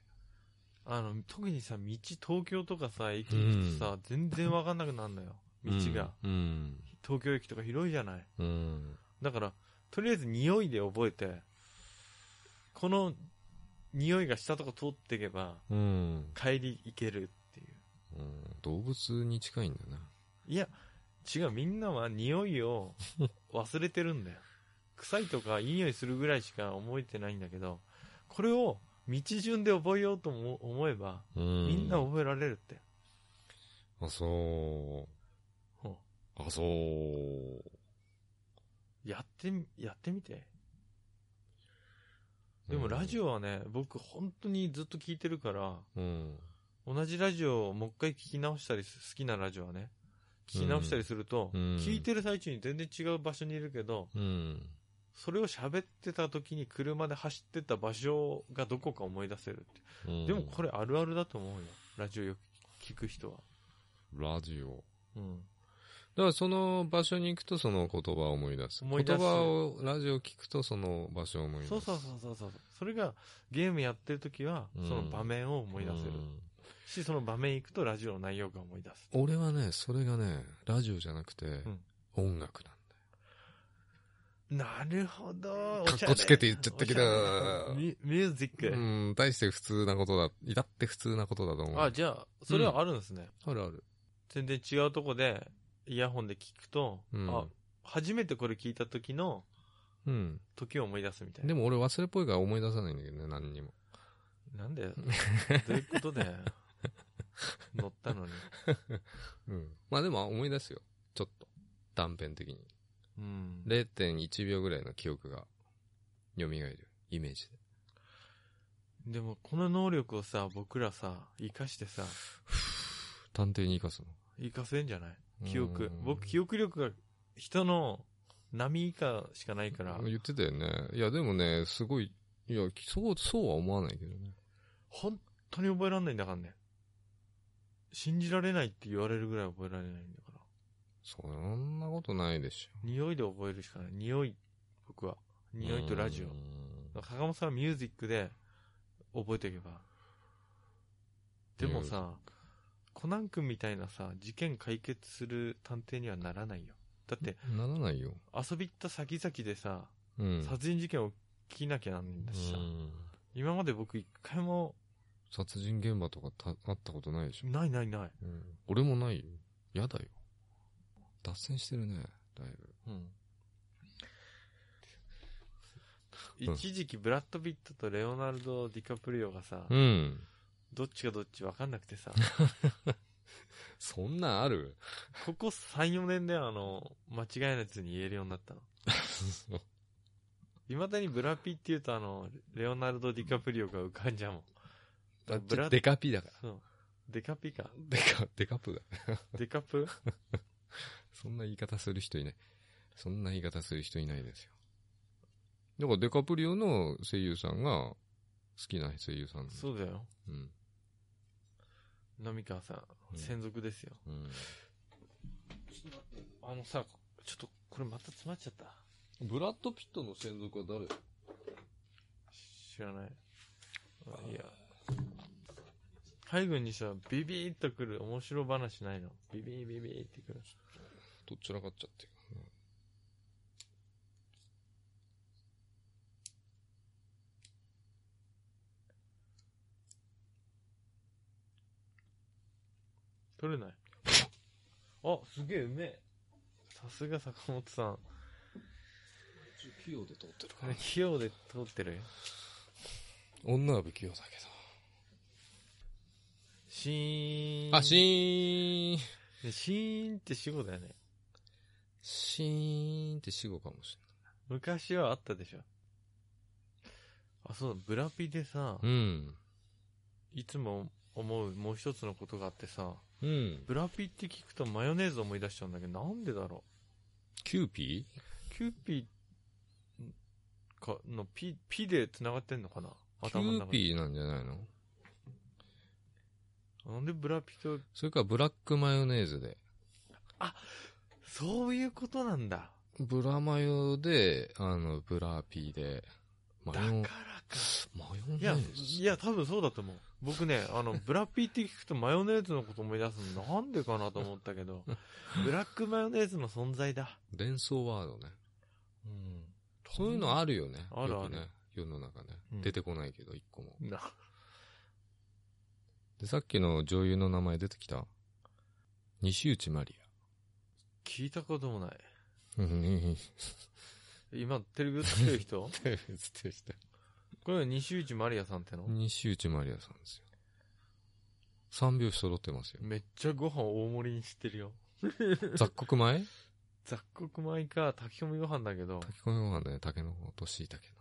S1: あの、特にさ、道、東京とかさ、駅行くとさ、全然わかんなくなるのよ。道が。。
S2: うん。
S1: 東京駅とか広いじゃない。
S2: うん。
S1: だから、とりあえず匂いで覚えて、この匂いがしたとこ通っていけば、
S2: うん。
S1: 帰り行けるっていう。
S2: うん動物に近いんだよな。
S1: いや、違う、みんなは匂いを 忘れてるんだよ。臭いとかいい匂いするぐらいしか覚えてないんだけど、これを道順で覚えようとも思えば、
S2: うん。
S1: みんな覚えられるって。
S2: あ、そう。
S1: ほう
S2: あ、そう。
S1: やってみ、やってみて。でもラジオ
S2: オ。
S1: はね、僕本当にずっと聞いてるから、
S2: うん。
S1: 同じラジオをもう一回聞き直したりす、好きなラジオはね、聞き直したりすると、
S2: うん
S1: 聞いてる最中に全然違う場所にいるけど、
S2: うん。
S1: それを喋ってた時に車で走ってた場所がどこか思い出せるって。
S2: うん
S1: でもこれあるあるだと思うよ。ラジオよく聞く人は。
S2: ラジオ。
S1: うん。
S2: だからその場所に行くとその言葉を思い出す。
S1: 思い出す
S2: 言葉を、ラジオ聞くとその場所を思い出す。
S1: そうそうそうそうそう。それがゲームやってる時は、
S2: うん
S1: その場面を思い出せる。
S2: うん
S1: し、その場面行くとラジオの内容が思い出す。
S2: 俺はね、それがね、ラジオじゃなくて、音楽なん
S1: なるほど。
S2: かっこつけて言っちゃったけど
S1: おしゃれミミュージッ
S2: だよ。
S1: ク。
S2: うん、大して普通なことだ。至って普通なことだと思う。
S1: あ、じゃあ、それはあるんですね。
S2: あるある。
S1: 全然違うとこで、イヤホンで聞くと、
S2: うん
S1: あ、初めてこれ聞いた時の
S2: うん。
S1: 時を思い出すみたいな
S2: で。も俺忘れっぽいから思い出さないんだけどね、何にも。
S1: なん でどういうことで乗ったのに。
S2: うん。まあでも思い出すよ。ちょっと。断片的に。
S1: うん。
S2: 0.1秒ぐらいの記憶が蘇る。イメージ で。
S1: でも、この能力をさ、僕らさ、活かしてさ、
S2: 探偵に生かす
S1: 活かせんじゃない
S2: の。
S1: 記憶。僕、記憶
S2: 憶
S1: 力が人の波以下しかないから、
S2: 言ってたよね。いやでもね、すごい、いや、そう、そうは思わないけどね。
S1: 本当に覚えられないんだからね。信じられないって言われるぐらい覚えられないんだから。
S2: そんなことないでしょ。
S1: 匂いで覚えるしかない。匂い、僕は。匂いとラジ
S2: うん
S1: オ。坂本さんはミュージックで覚えていけば。でも
S2: ミ
S1: さ、コナン君みたいなさ、事件解決する探偵にはならないよ。だって、
S2: ならないよ。
S1: 遊び行った先々でさ、
S2: うん。
S1: 殺人事件を聞きなきゃなんないんだしさ、
S2: うん
S1: 今まで僕一回も、
S2: 殺人現場とかた会ったことないでしょ、
S1: ないないない。
S2: 俺もないよ。やだよ。脱線してるね、だいぶ。うん
S1: 一時期ブラッド・ピットとレオナルド・ディカプリオがさ、
S2: うん。
S1: どっちがどっち分かんなくてさ、
S2: そんなん ある
S1: ここ3、4年であの、間違いなずに言えるようになったの。いまだにブラピって言うとあの、レオナルド・ディカプリオが浮かんじゃうもん。
S2: だっ
S1: ブラ
S2: て デカピだから。
S1: そう。デカピか。
S2: デカ、デカプだ。
S1: デカプ
S2: そんな言い方する人いない。そんな言い方する人いないですよ。だからデカプリオの声優さんが好きな声優さんなんだ
S1: そうだよ。
S2: うん。
S1: 浪川さん、
S2: うん
S1: 専属ですよ。あのさ、ちょっとこれまた詰まっちゃった。
S2: ブラッド・ピットの専属は誰
S1: 知らない。いや。海軍にさ、ビビーっとくる面白話ないの。ビビービビーってくる。
S2: どっちらかっちゃってる。
S1: 取れない。あ、すげえ、うめえ。さすが坂本さん。
S2: 器用で通ってる
S1: これ、器用で通ってるよ。
S2: 女は不器用だけ
S1: シーン。
S2: ど。あ、シーン。
S1: でシーンって死語だよね。
S2: シーンって死語かもし
S1: 昔はあったでしょ。あ、そうだ、ブラピでさ、
S2: うん。
S1: いつも思うもう一つのことがあってさ、
S2: うん。
S1: ブラピって聞くとマヨネーズを思い出しちゃうんだけど、なんでだろ
S2: キューピ
S1: う。キューピーんか、の、ピ、ピで繋がってんのかな
S2: ーキュ
S1: 頭の
S2: ー
S1: 中
S2: ピ
S1: で。
S2: ーなんじゃないの
S1: なんでブラピと、
S2: それからブラックマヨネーズで。
S1: そういうことなんだ。
S2: ブラマヨで、あの、ブラピーで。マ
S1: だから
S2: ヨ
S1: か。
S2: マヨ
S1: い
S2: ネ
S1: や、
S2: ーズ
S1: いや、多分そうだと思う。僕ね、あの、ブラピーって聞くとマヨネーズのこと思い出すの、なんでかなと思ったけど、ブラックマヨネーズの存在だ。
S2: 連想ワードね。
S1: うん。
S2: そういうのあるよね。
S1: ある
S2: よくね
S1: ある
S2: 世の中ね。
S1: うん
S2: 出てこないけど、一個も。
S1: な、
S2: で、さっきの女優の名前出てきた西内まり
S1: 聞いたこともない。
S2: や。うん。
S1: 今、テレビ映ってる人これは西内まりやさんっての
S2: 西内まりやさんですよ。三拍子揃ってますよ。
S1: めっちゃご飯大盛りにしてるよ。
S2: 雑穀米
S1: 雑穀米か炊き込みご飯だけど、
S2: 炊き込みご飯だね、竹の子と椎茸の。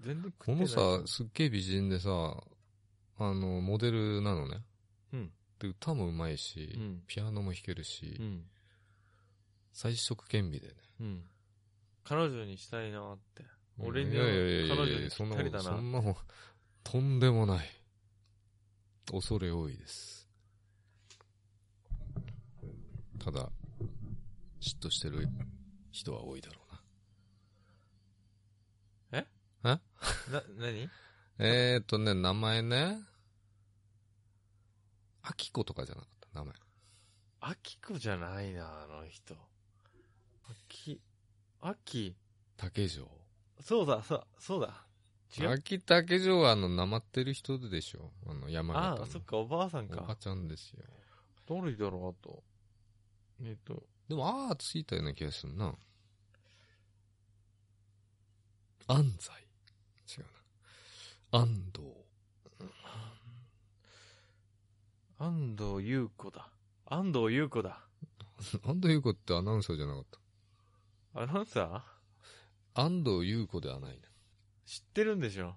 S1: 全然食っ
S2: こ
S1: てない。
S2: のさ、すっげえ美人でさ、あの、モデルなのね。
S1: うん。
S2: で、歌もうまいし、
S1: うん
S2: ピアノも弾けるし、
S1: うん。
S2: 最色兼備でね。
S1: うん。彼女にしたいなーって。俺に
S2: いやいやいや
S1: は彼
S2: いや
S1: 女に
S2: そん
S1: ぴっ
S2: な
S1: た
S2: も
S1: り
S2: ん
S1: だ
S2: そ
S1: な。
S2: んなもん、とんでもない。恐れ多いです。ただ、嫉妬してる人は多いだろうな。
S1: な、なに
S2: えーっとね、名前ね。アキコとかじゃなかった、名前。
S1: アキコじゃないな、あの人。アキ、アキ、
S2: 竹城。
S1: そうだ、そう、そうだ。違う。
S2: 秋竹城はあの、なまってる人でしょ。あの、山
S1: あ
S2: 形の。
S1: あ、そっか、おばあさん
S2: おば
S1: か。
S2: ちゃんですよ。
S1: 誰だろう、あと。えっと、
S2: でも、ああ、ついたような気がするな。安西。違うな。安藤。
S1: 安藤優子だ。安藤優子だ。
S2: 安藤優子ってアナウンサーじゃなかっ
S1: アナウンサー
S2: た。安藤優子ではないな。い
S1: 知ってるんでしょ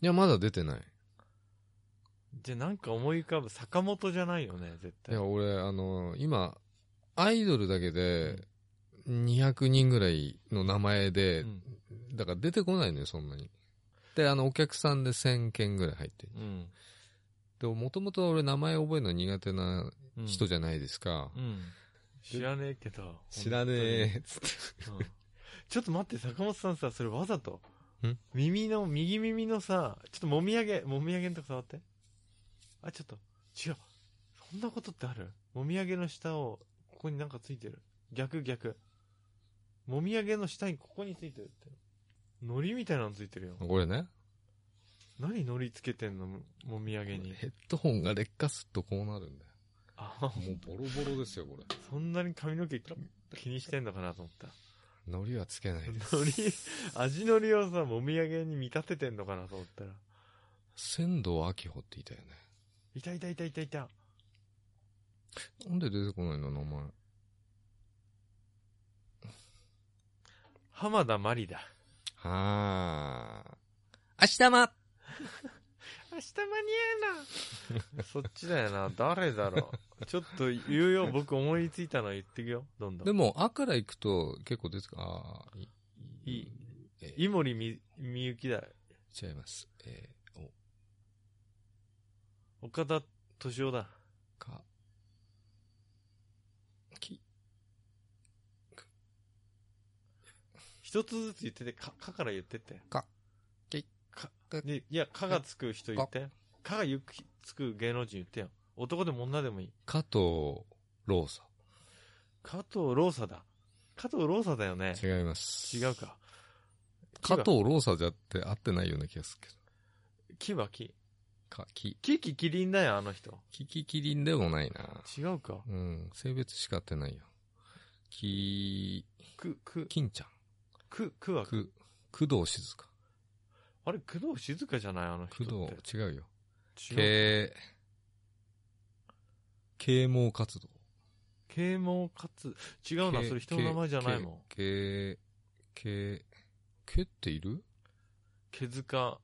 S2: や、まだ出てない。
S1: じゃあなんか思い浮かぶ坂本じゃないよね絶
S2: い
S1: 対
S2: や、俺、あの、今、アイドルだけで、200人ぐらいの名前で、
S1: うん
S2: だから出てこないのよ、そんなに。で、あの、お客さんで1000件ぐらい入ってる。
S1: うん、
S2: でも、もともと俺名前覚えるの苦手な
S1: うん、
S2: 人じゃないですか。
S1: うん知らねえけど
S2: 知らね え、つって。
S1: 本当にうん ちょっと待って坂本さんさそれわざと
S2: ん
S1: 耳の右耳のさちょっともみあげもみあげのとこ触ってあちょっと違うそんなことってあるもみあげの下をここになんかついてる逆逆もみあげの下にここについてるって海苔みたいなのついてるよ
S2: これね、
S1: 何海苔つけてんのもみあげに
S2: ヘッドホンが劣化するとこうなるんだよ。
S1: あ
S2: もうボロボロですよ、これ。
S1: そんなに髪の毛気にしてんのかなと思った。
S2: 海苔はつけないです。
S1: 海苔、味のりをさ、もみあげに見立ててんのかなと思ったら。
S2: 仙道秋穂っていたよね。
S1: いたいたいたいたいた。
S2: なんで出てこないの、名前。
S1: 浜田まりだ。
S2: はー。明日ま
S1: 明日間に合うな。 そっちだよな。誰だろう。ちょっと言う よ。僕思いついたの言ってくよ。どんど
S2: で
S1: ん。
S2: も、あから行くと結構出てくあー、い
S1: い、
S2: えー
S1: 井森み、みゆきだ。
S2: 違います。えー、お、
S1: 岡田敏夫だ。
S2: か、き、
S1: 一つずつ言ってて、か、かから言ってって。
S2: か、き、
S1: か
S2: か、
S1: で、いや、かがつく人言って。かがゆくつく芸能人言ってよ。男でも女でもいい。
S2: 加藤ローサ。
S1: 加藤ローサだ。加藤ローサだよね。
S2: 違います。
S1: 違う。か。
S2: 加藤ローサじゃって合ってないような気がするけど。
S1: 木は木。
S2: か、き、
S1: 木木キリンだよ、あの人。
S2: キキキリンでもないな。
S1: 違うか。
S2: うん、性別しか合ってないよ。き、
S1: く、く、
S2: 金ちゃん。
S1: く、くは、
S2: く、工藤静香。
S1: あれ、工藤静香じゃないあの人
S2: 工
S1: って。
S2: 藤、違うよ。
S1: 違う。
S2: 啓、啓蒙活動。
S1: 啓蒙かつ、違うな、
S2: 啓
S1: それ人の名前じゃないもん。
S2: 啓、啓、啓、啓っている
S1: 毛塚、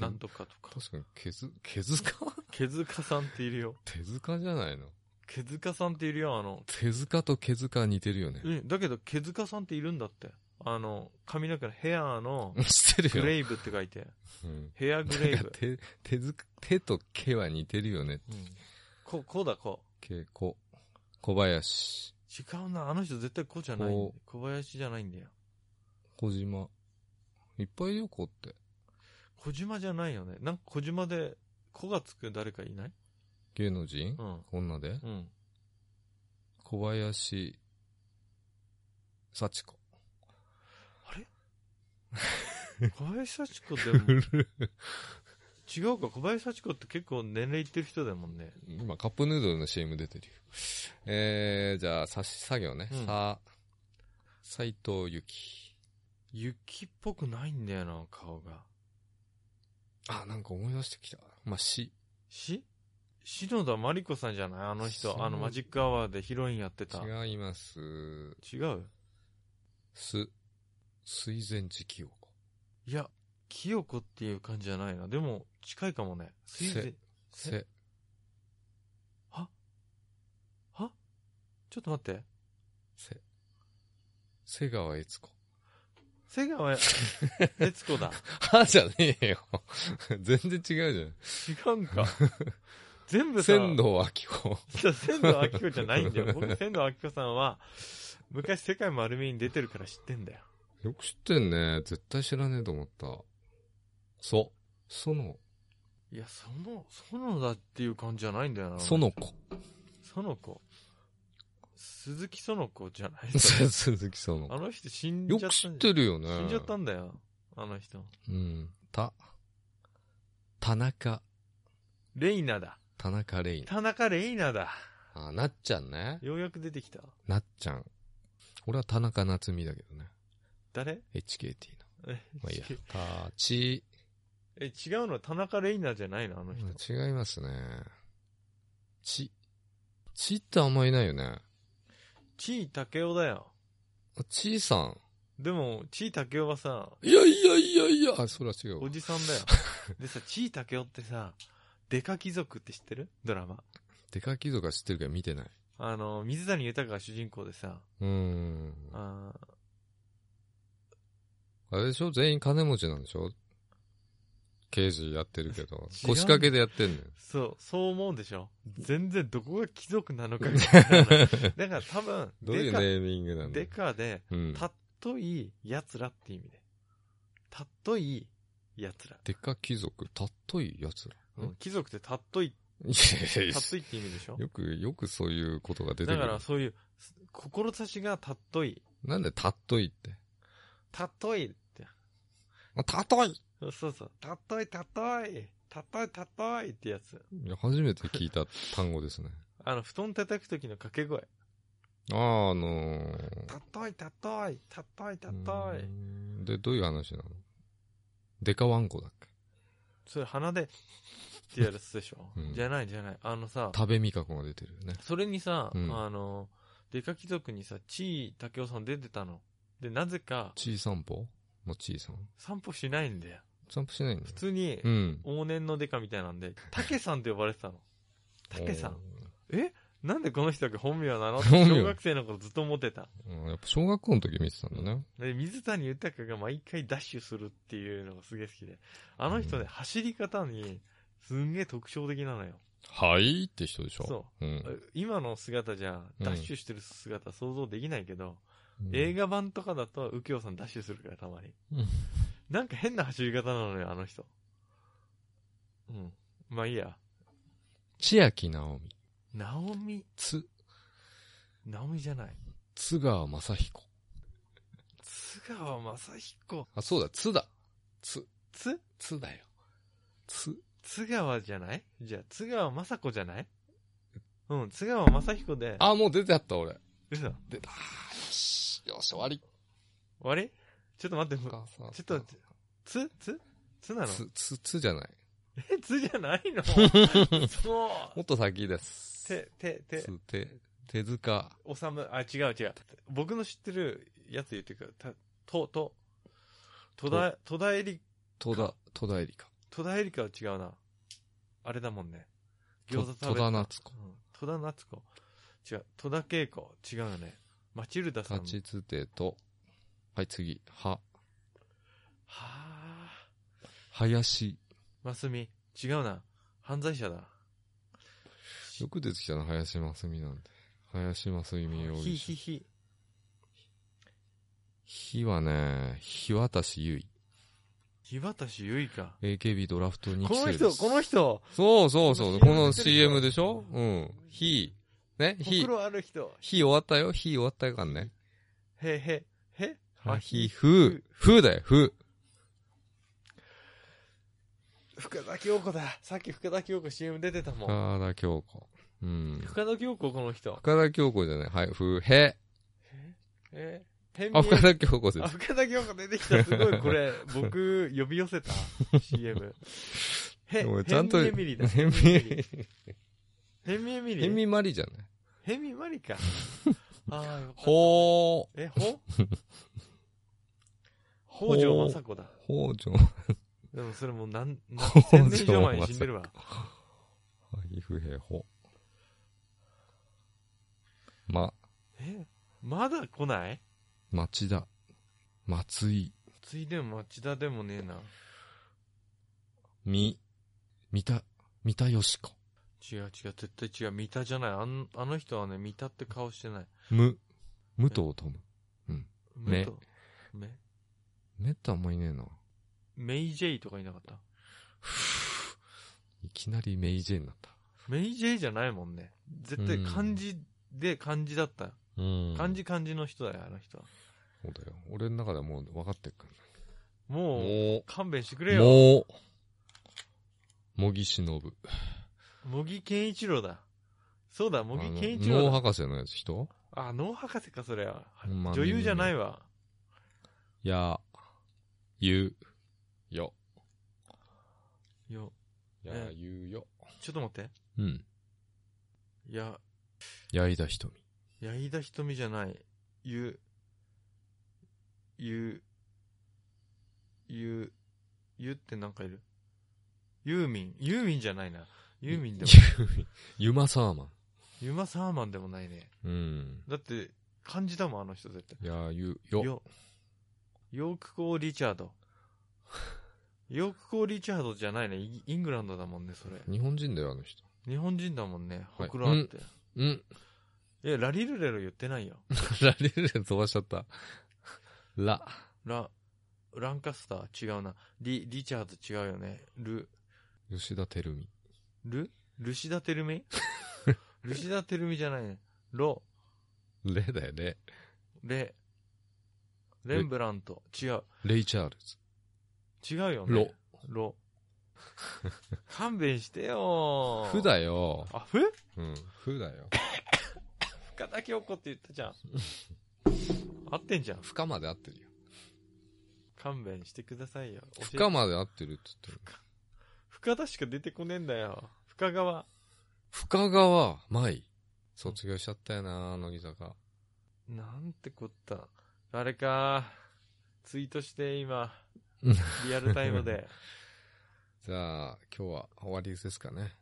S1: なんとかとか。
S2: 確かに、毛ず、毛塚
S1: 毛塚さんっているよ。
S2: 手塚じゃないの
S1: 毛塚さんっているよ、あの。
S2: 手塚と毛塚似てるよね。
S1: え、だけど、毛塚さんっているんだって。あの、髪の毛のヘアの
S2: 知ってる
S1: グ
S2: よ。
S1: レイブって書いて。
S2: うん。
S1: ヘアグレイ
S2: なん
S1: ブ。
S2: か手、手塚、手と毛は似てるよね。
S1: うん。こう、こうだ、こう。
S2: 毛、子。小林。
S1: 違うな、あの人絶対こうじゃない
S2: こ。
S1: 小林じゃないんだよ。
S2: 小島。いっぱいよ、子って。
S1: 小島じゃないよね。なんか小島で、子がつく誰かいない
S2: 芸能人
S1: うん。
S2: 女で
S1: うん。
S2: 小林、幸子。
S1: あれ小林幸子で も、違うか、小林幸子って結構年齢いってる人だもんね。
S2: 今、カップヌードルの CM 出てるよ。えー、じゃあ、さし、作業ね。
S1: うん
S2: さ、斎藤由紀。
S1: 雪っぽくないんだよな、顔が。
S2: あ、なんか思い出してきた。まあ、し、
S1: し篠田真理子さんじゃないあの
S2: そう
S1: 人。あの、マジックアワーでヒロインやってた。違う
S2: 違います。す、水前寺清子。
S1: いや、清子っていう感じじゃないな。でも、近いかもね。水前
S2: せ、せ、
S1: はちょっと待って。
S2: せ、瀬川悦子。
S1: 瀬 川悦子 だ。
S2: はじゃねえよ。 全然違うじ
S1: 違うんか。全
S2: ゃん。
S1: 部さ、
S2: 仙道明子。
S1: いや仙道明子じゃないんだ よ。僕、仙道明子さんは、昔世界丸見えに出てるから知ってんだよ。
S2: よく知ってんね。絶対知らねえと思った。そ、その、
S1: いや、その、園田っていう感じじゃないんだよな。
S2: その子。
S1: 園子。鈴木園子じゃない
S2: 鈴木その
S1: あ
S2: 子。
S1: の人死んじゃ
S2: よ
S1: ったん
S2: く
S1: じ
S2: 知
S1: ゃ
S2: ってるよね。
S1: 死んじゃったんだよ。あの人。
S2: うん。た、田中、
S1: レイナだ。
S2: 田中レイナ。
S1: 田中レイナだ。
S2: あ、なっちゃんね。
S1: ようやく出てきた。
S2: なっちゃん。俺は田中夏実だけどね。
S1: 誰
S2: HKT の。
S1: え、
S2: まあいいや。たち、
S1: え違うの田中レイナじゃないのあの人。
S2: 違いますね。ち、ちってあんまいないよね。
S1: ちいたけおだよ。
S2: あちーさん。
S1: でも、ちいたけおはさ、
S2: いやいやいやいや。あ、それは違う
S1: お
S2: わ。
S1: じさんだよ。でさ、ちいたけおってさ、デカ貴族って知ってるドラマ。
S2: デカ貴族は知ってるけど見てない。
S1: あの、水谷豊が主人公でさ、
S2: うーん。
S1: あー
S2: あれでしょ全員金持ちなんでしょ刑事やってるけど。
S1: 違う
S2: 腰掛けでやってんのよ。
S1: そう、そう思うでしょ全然どこが貴族なのかが わから ないだから多分、
S2: どうい
S1: デ
S2: う
S1: カ
S2: ネ、ーミングなの
S1: デカで、
S2: うん。
S1: たっとい奴らって意味で。たっとい奴ら。
S2: デカ貴族、たっといやつら。
S1: うん貴族ってたっとい、
S2: いやいやい
S1: たっといって意味でしょ
S2: や。よく、よくそういうことが出て
S1: だ
S2: く
S1: か
S2: る
S1: ら。そういう、す志がたっとい、
S2: なんでたっといって。
S1: たっといって。
S2: あたっとい
S1: そうそう、たっといたっとい、たっといたっといってやつ。
S2: いや初めて聞いた単語ですね。
S1: あの、布団叩く時の掛け声。
S2: ああ、あのー。
S1: たっといたっとい、たっといたっと
S2: うー
S1: い。
S2: んで、どういう話なのデカワンコだっけ
S1: それ鼻で、ってやるやつでしょ、
S2: うん
S1: じゃないじゃない。あのさ、
S2: 食べ味覚が出てるよね。
S1: それにさ、
S2: うん
S1: あの、デカ貴族にさ、ちいたけおさん出てたの。で、なぜか、
S2: チー散歩のチーさん。
S1: 散歩しないんだよ。
S2: 散歩しないんだ
S1: 普。通に
S2: う、ん。
S1: 往年のデカみたいなんで、たけさんって呼ばれてたの。たけさん
S2: お。
S1: えなんでこの人が本名なのって
S2: 本名
S1: 小学生の頃ずっと思ってた。
S2: ー。うんやっぱ小学校の時見てたんだね。
S1: で、水谷豊が毎回ダッシュするっていうのがすげえ好きで。あの人ね、走り方に、すんげえ特徴的なのよ。
S2: はいって人でしょ。
S1: そう
S2: ん。
S1: 今の姿じゃ、
S2: うん
S1: ダッシュしてる姿想像できないけど、
S2: うん
S1: 映画版とかだと右京さんダッシュするからたまに。
S2: うん
S1: なんか変な走り方なのよ、あの人。うん。まあいいや。
S2: 千秋直美。
S1: ナオミ、
S2: つ、
S1: ナオミじゃない。
S2: 津川雅彦。
S1: 津川雅彦。
S2: あ、そうだ、津だ。津、
S1: つ
S2: 津だよ。津、
S1: 津川じゃないじゃあ、津川雅子じゃないうん、津川雅彦で。
S2: あ、もう出てやった、俺。
S1: 嘘。
S2: 出た。よし、よし、終わり。
S1: あれちょっと待って、もう
S2: 母さん
S1: ちょっと、つつつなの
S2: つ、つ、つじゃない。
S1: え、つじゃないのそう。
S2: もっと先です。
S1: て、て、て、
S2: つ、手、手塚。
S1: おさむ、あ、違う違う。僕の知ってるやつ言ってくる。た、と、と、戸田、戸田恵梨、
S2: 戸田、戸田恵梨香。
S1: 戸田恵梨香は違うな。あれだもんね。
S2: と
S1: 餃子食べ
S2: 戸田夏子
S1: う。ん戸田夏子。違う。戸田恵子。違うよね。マチルダさん。
S2: 立ちつてと、はい、次、は、
S1: はあ。
S2: 林。
S1: ますみ。違うな。犯罪者だ。
S2: よく出てきたな、林真澄なんて。林真澄容
S1: ひ
S2: 疑
S1: ひ
S2: 者。
S1: ひ。
S2: 日はね、日渡優
S1: 日渡しゆいか。
S2: 衣。AKB ドラフト2期
S1: この
S2: 生です。
S1: 人、この人。
S2: そうそうそう。
S1: こ
S2: こ
S1: の
S2: の
S1: CM
S2: CM でしょうん。ひ、ね、
S1: ほく
S2: ひ、
S1: ろある人。
S2: ひ終わったよ。ひ終わったよかんね。
S1: へへ。へ
S2: は、ひ、ふ、ふだよ、ふ。
S1: 深田恭子だ。さっき深田恭子 CM 出てたもん。
S2: 深田京子。うん。
S1: 深田恭子、この人。
S2: 深田京子じゃない。はい、ふ、へ。
S1: え変
S2: あ、
S1: 身
S2: 深田京子で
S1: あ
S2: す。
S1: 深田恭子出てきた。すごい、これ、 僕、呼び寄せた。CM。へ、
S2: おい
S1: ちゃんと。ヘンミエミリだ。
S2: ヘンミ
S1: ヘンミエミリ。ヘンミエミリ。
S2: ヘミマリじゃない。
S1: ヘミマリか。ああ、よかった。
S2: ほ
S1: え、ほ北条政子だ。
S2: う、ほうじょう。
S1: でもそれもう何、何
S2: 北条
S1: 千年以上前に死んでるわ。
S2: はい、ふへほ。ま、
S1: え、まだ来ない
S2: 町田。松井。
S1: ついでも町田でもねえな。
S2: み、三田、三田よしこ。
S1: 違う違う、絶対違う。三田じゃない。あんあの人はね、三田って顔してない。
S2: む、武藤智。ね
S1: 武藤。め
S2: めったあんまいねえな。
S1: メイジェイとかいなかった
S2: ふぅいきなりメイジェイになった。
S1: メイジェイじゃないもんね。絶対漢字で漢字だった。
S2: うん
S1: 漢字漢字の人だよ、あの人は。
S2: そうだよ。俺の中ではもう分かってるから。
S1: もう、
S2: も
S1: 勘弁してくれ
S2: う、
S1: よ。
S2: もう、茂木忍。
S1: 茂木健一郎だ。そうだ、茂
S2: あの
S1: 木健一郎だ。
S2: 脳博士のやつ人
S1: あ、脳博士か、それは
S2: まあ。
S1: 女優じゃないわ。
S2: や、ゆ、よ。
S1: よ、
S2: や
S1: え、
S2: ゆよ。
S1: ちょっと待って。
S2: うん。
S1: いや、
S2: 矢井田瞳。
S1: 矢井田瞳じゃない。ゆ、ゆ、ゆ、ゆってなんかいるユーミン。ユーミンじゃないな。ユーミンでも。
S2: ゆまサーマン。
S1: ユマサーマンでもないね。
S2: うん。
S1: だって、漢字だもん、あの人絶対。
S2: や、ゆ、よ。
S1: よ、ヨークコー・リチャー ド。ヨークコー・リチャードじゃないね。イイングランドだもんね、それ。
S2: 日本人だよ、あの人。
S1: 日本人だもんね。
S2: は
S1: ほ
S2: い
S1: くろあって。
S2: うん。
S1: え、ラリルレロ言ってないよ。
S2: ラリルレ飛ばしちゃった。ら、
S1: ラ、ランカスター違うな。リ、リチャーズ違うよね。ル、
S2: 吉田照美。
S1: ルルシダテルミルシダテルミじゃないね。ロ、
S2: レだよ、レ。
S1: レ、レンブラント。違う。
S2: レイチャールズ。
S1: 違うよね。
S2: ロ。。
S1: ロ。勘弁してよ
S2: ふ。だよ。
S1: あ、ふ
S2: うん。ふだよ。
S1: 深田恭子って言ったじゃん。合ってんじゃん。
S2: ふかまで合ってるよ。
S1: 勘弁してくださいよ。教え
S2: ふかまで合ってるって言ってる。
S1: 深田しか出てこねえんだよ。深川。
S2: 深川舞。卒業しちゃったよな、乃木坂。
S1: なんてこった。あれか。ツイートして、今
S2: うん。
S1: リアルタイム で。
S2: じゃあ、今日は終わりですかね。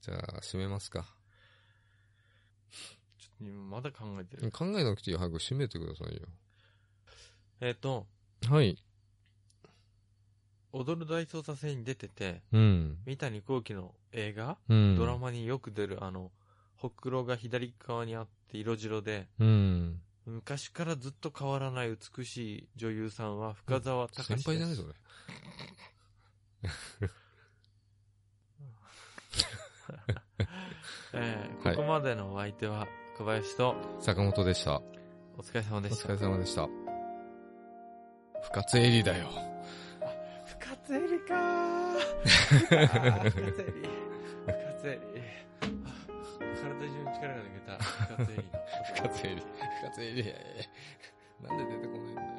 S2: じゃあ、締めますか。
S1: ちょっと今まだ考えて
S2: 考
S1: る。
S2: えなくていいよ。早く締めてくださいよ。
S1: えっ、と、
S2: はい。
S1: 踊る大捜査線に出てて、
S2: うん。
S1: 三谷幸喜の映画、
S2: うん。
S1: ドラ。マによく出る、あの、ほくろが左側にあって色白で、
S2: うん。
S1: 昔からずっと変わらない美しい女優さんは深沢隆
S2: 先輩じゃない
S1: ぞ。
S2: それ。
S1: えー
S2: はい
S1: ここまでのお相手は、小林と、
S2: 坂本でした。
S1: お疲れ様
S2: お
S1: でした
S2: 疲。れ様でした。深津絵里だよ。
S1: 深津絵里かー深津絵里深津絵里体中の力が抜けた深津絵里の
S2: 深津絵里。深津絵里。なんで出てこないんだよ。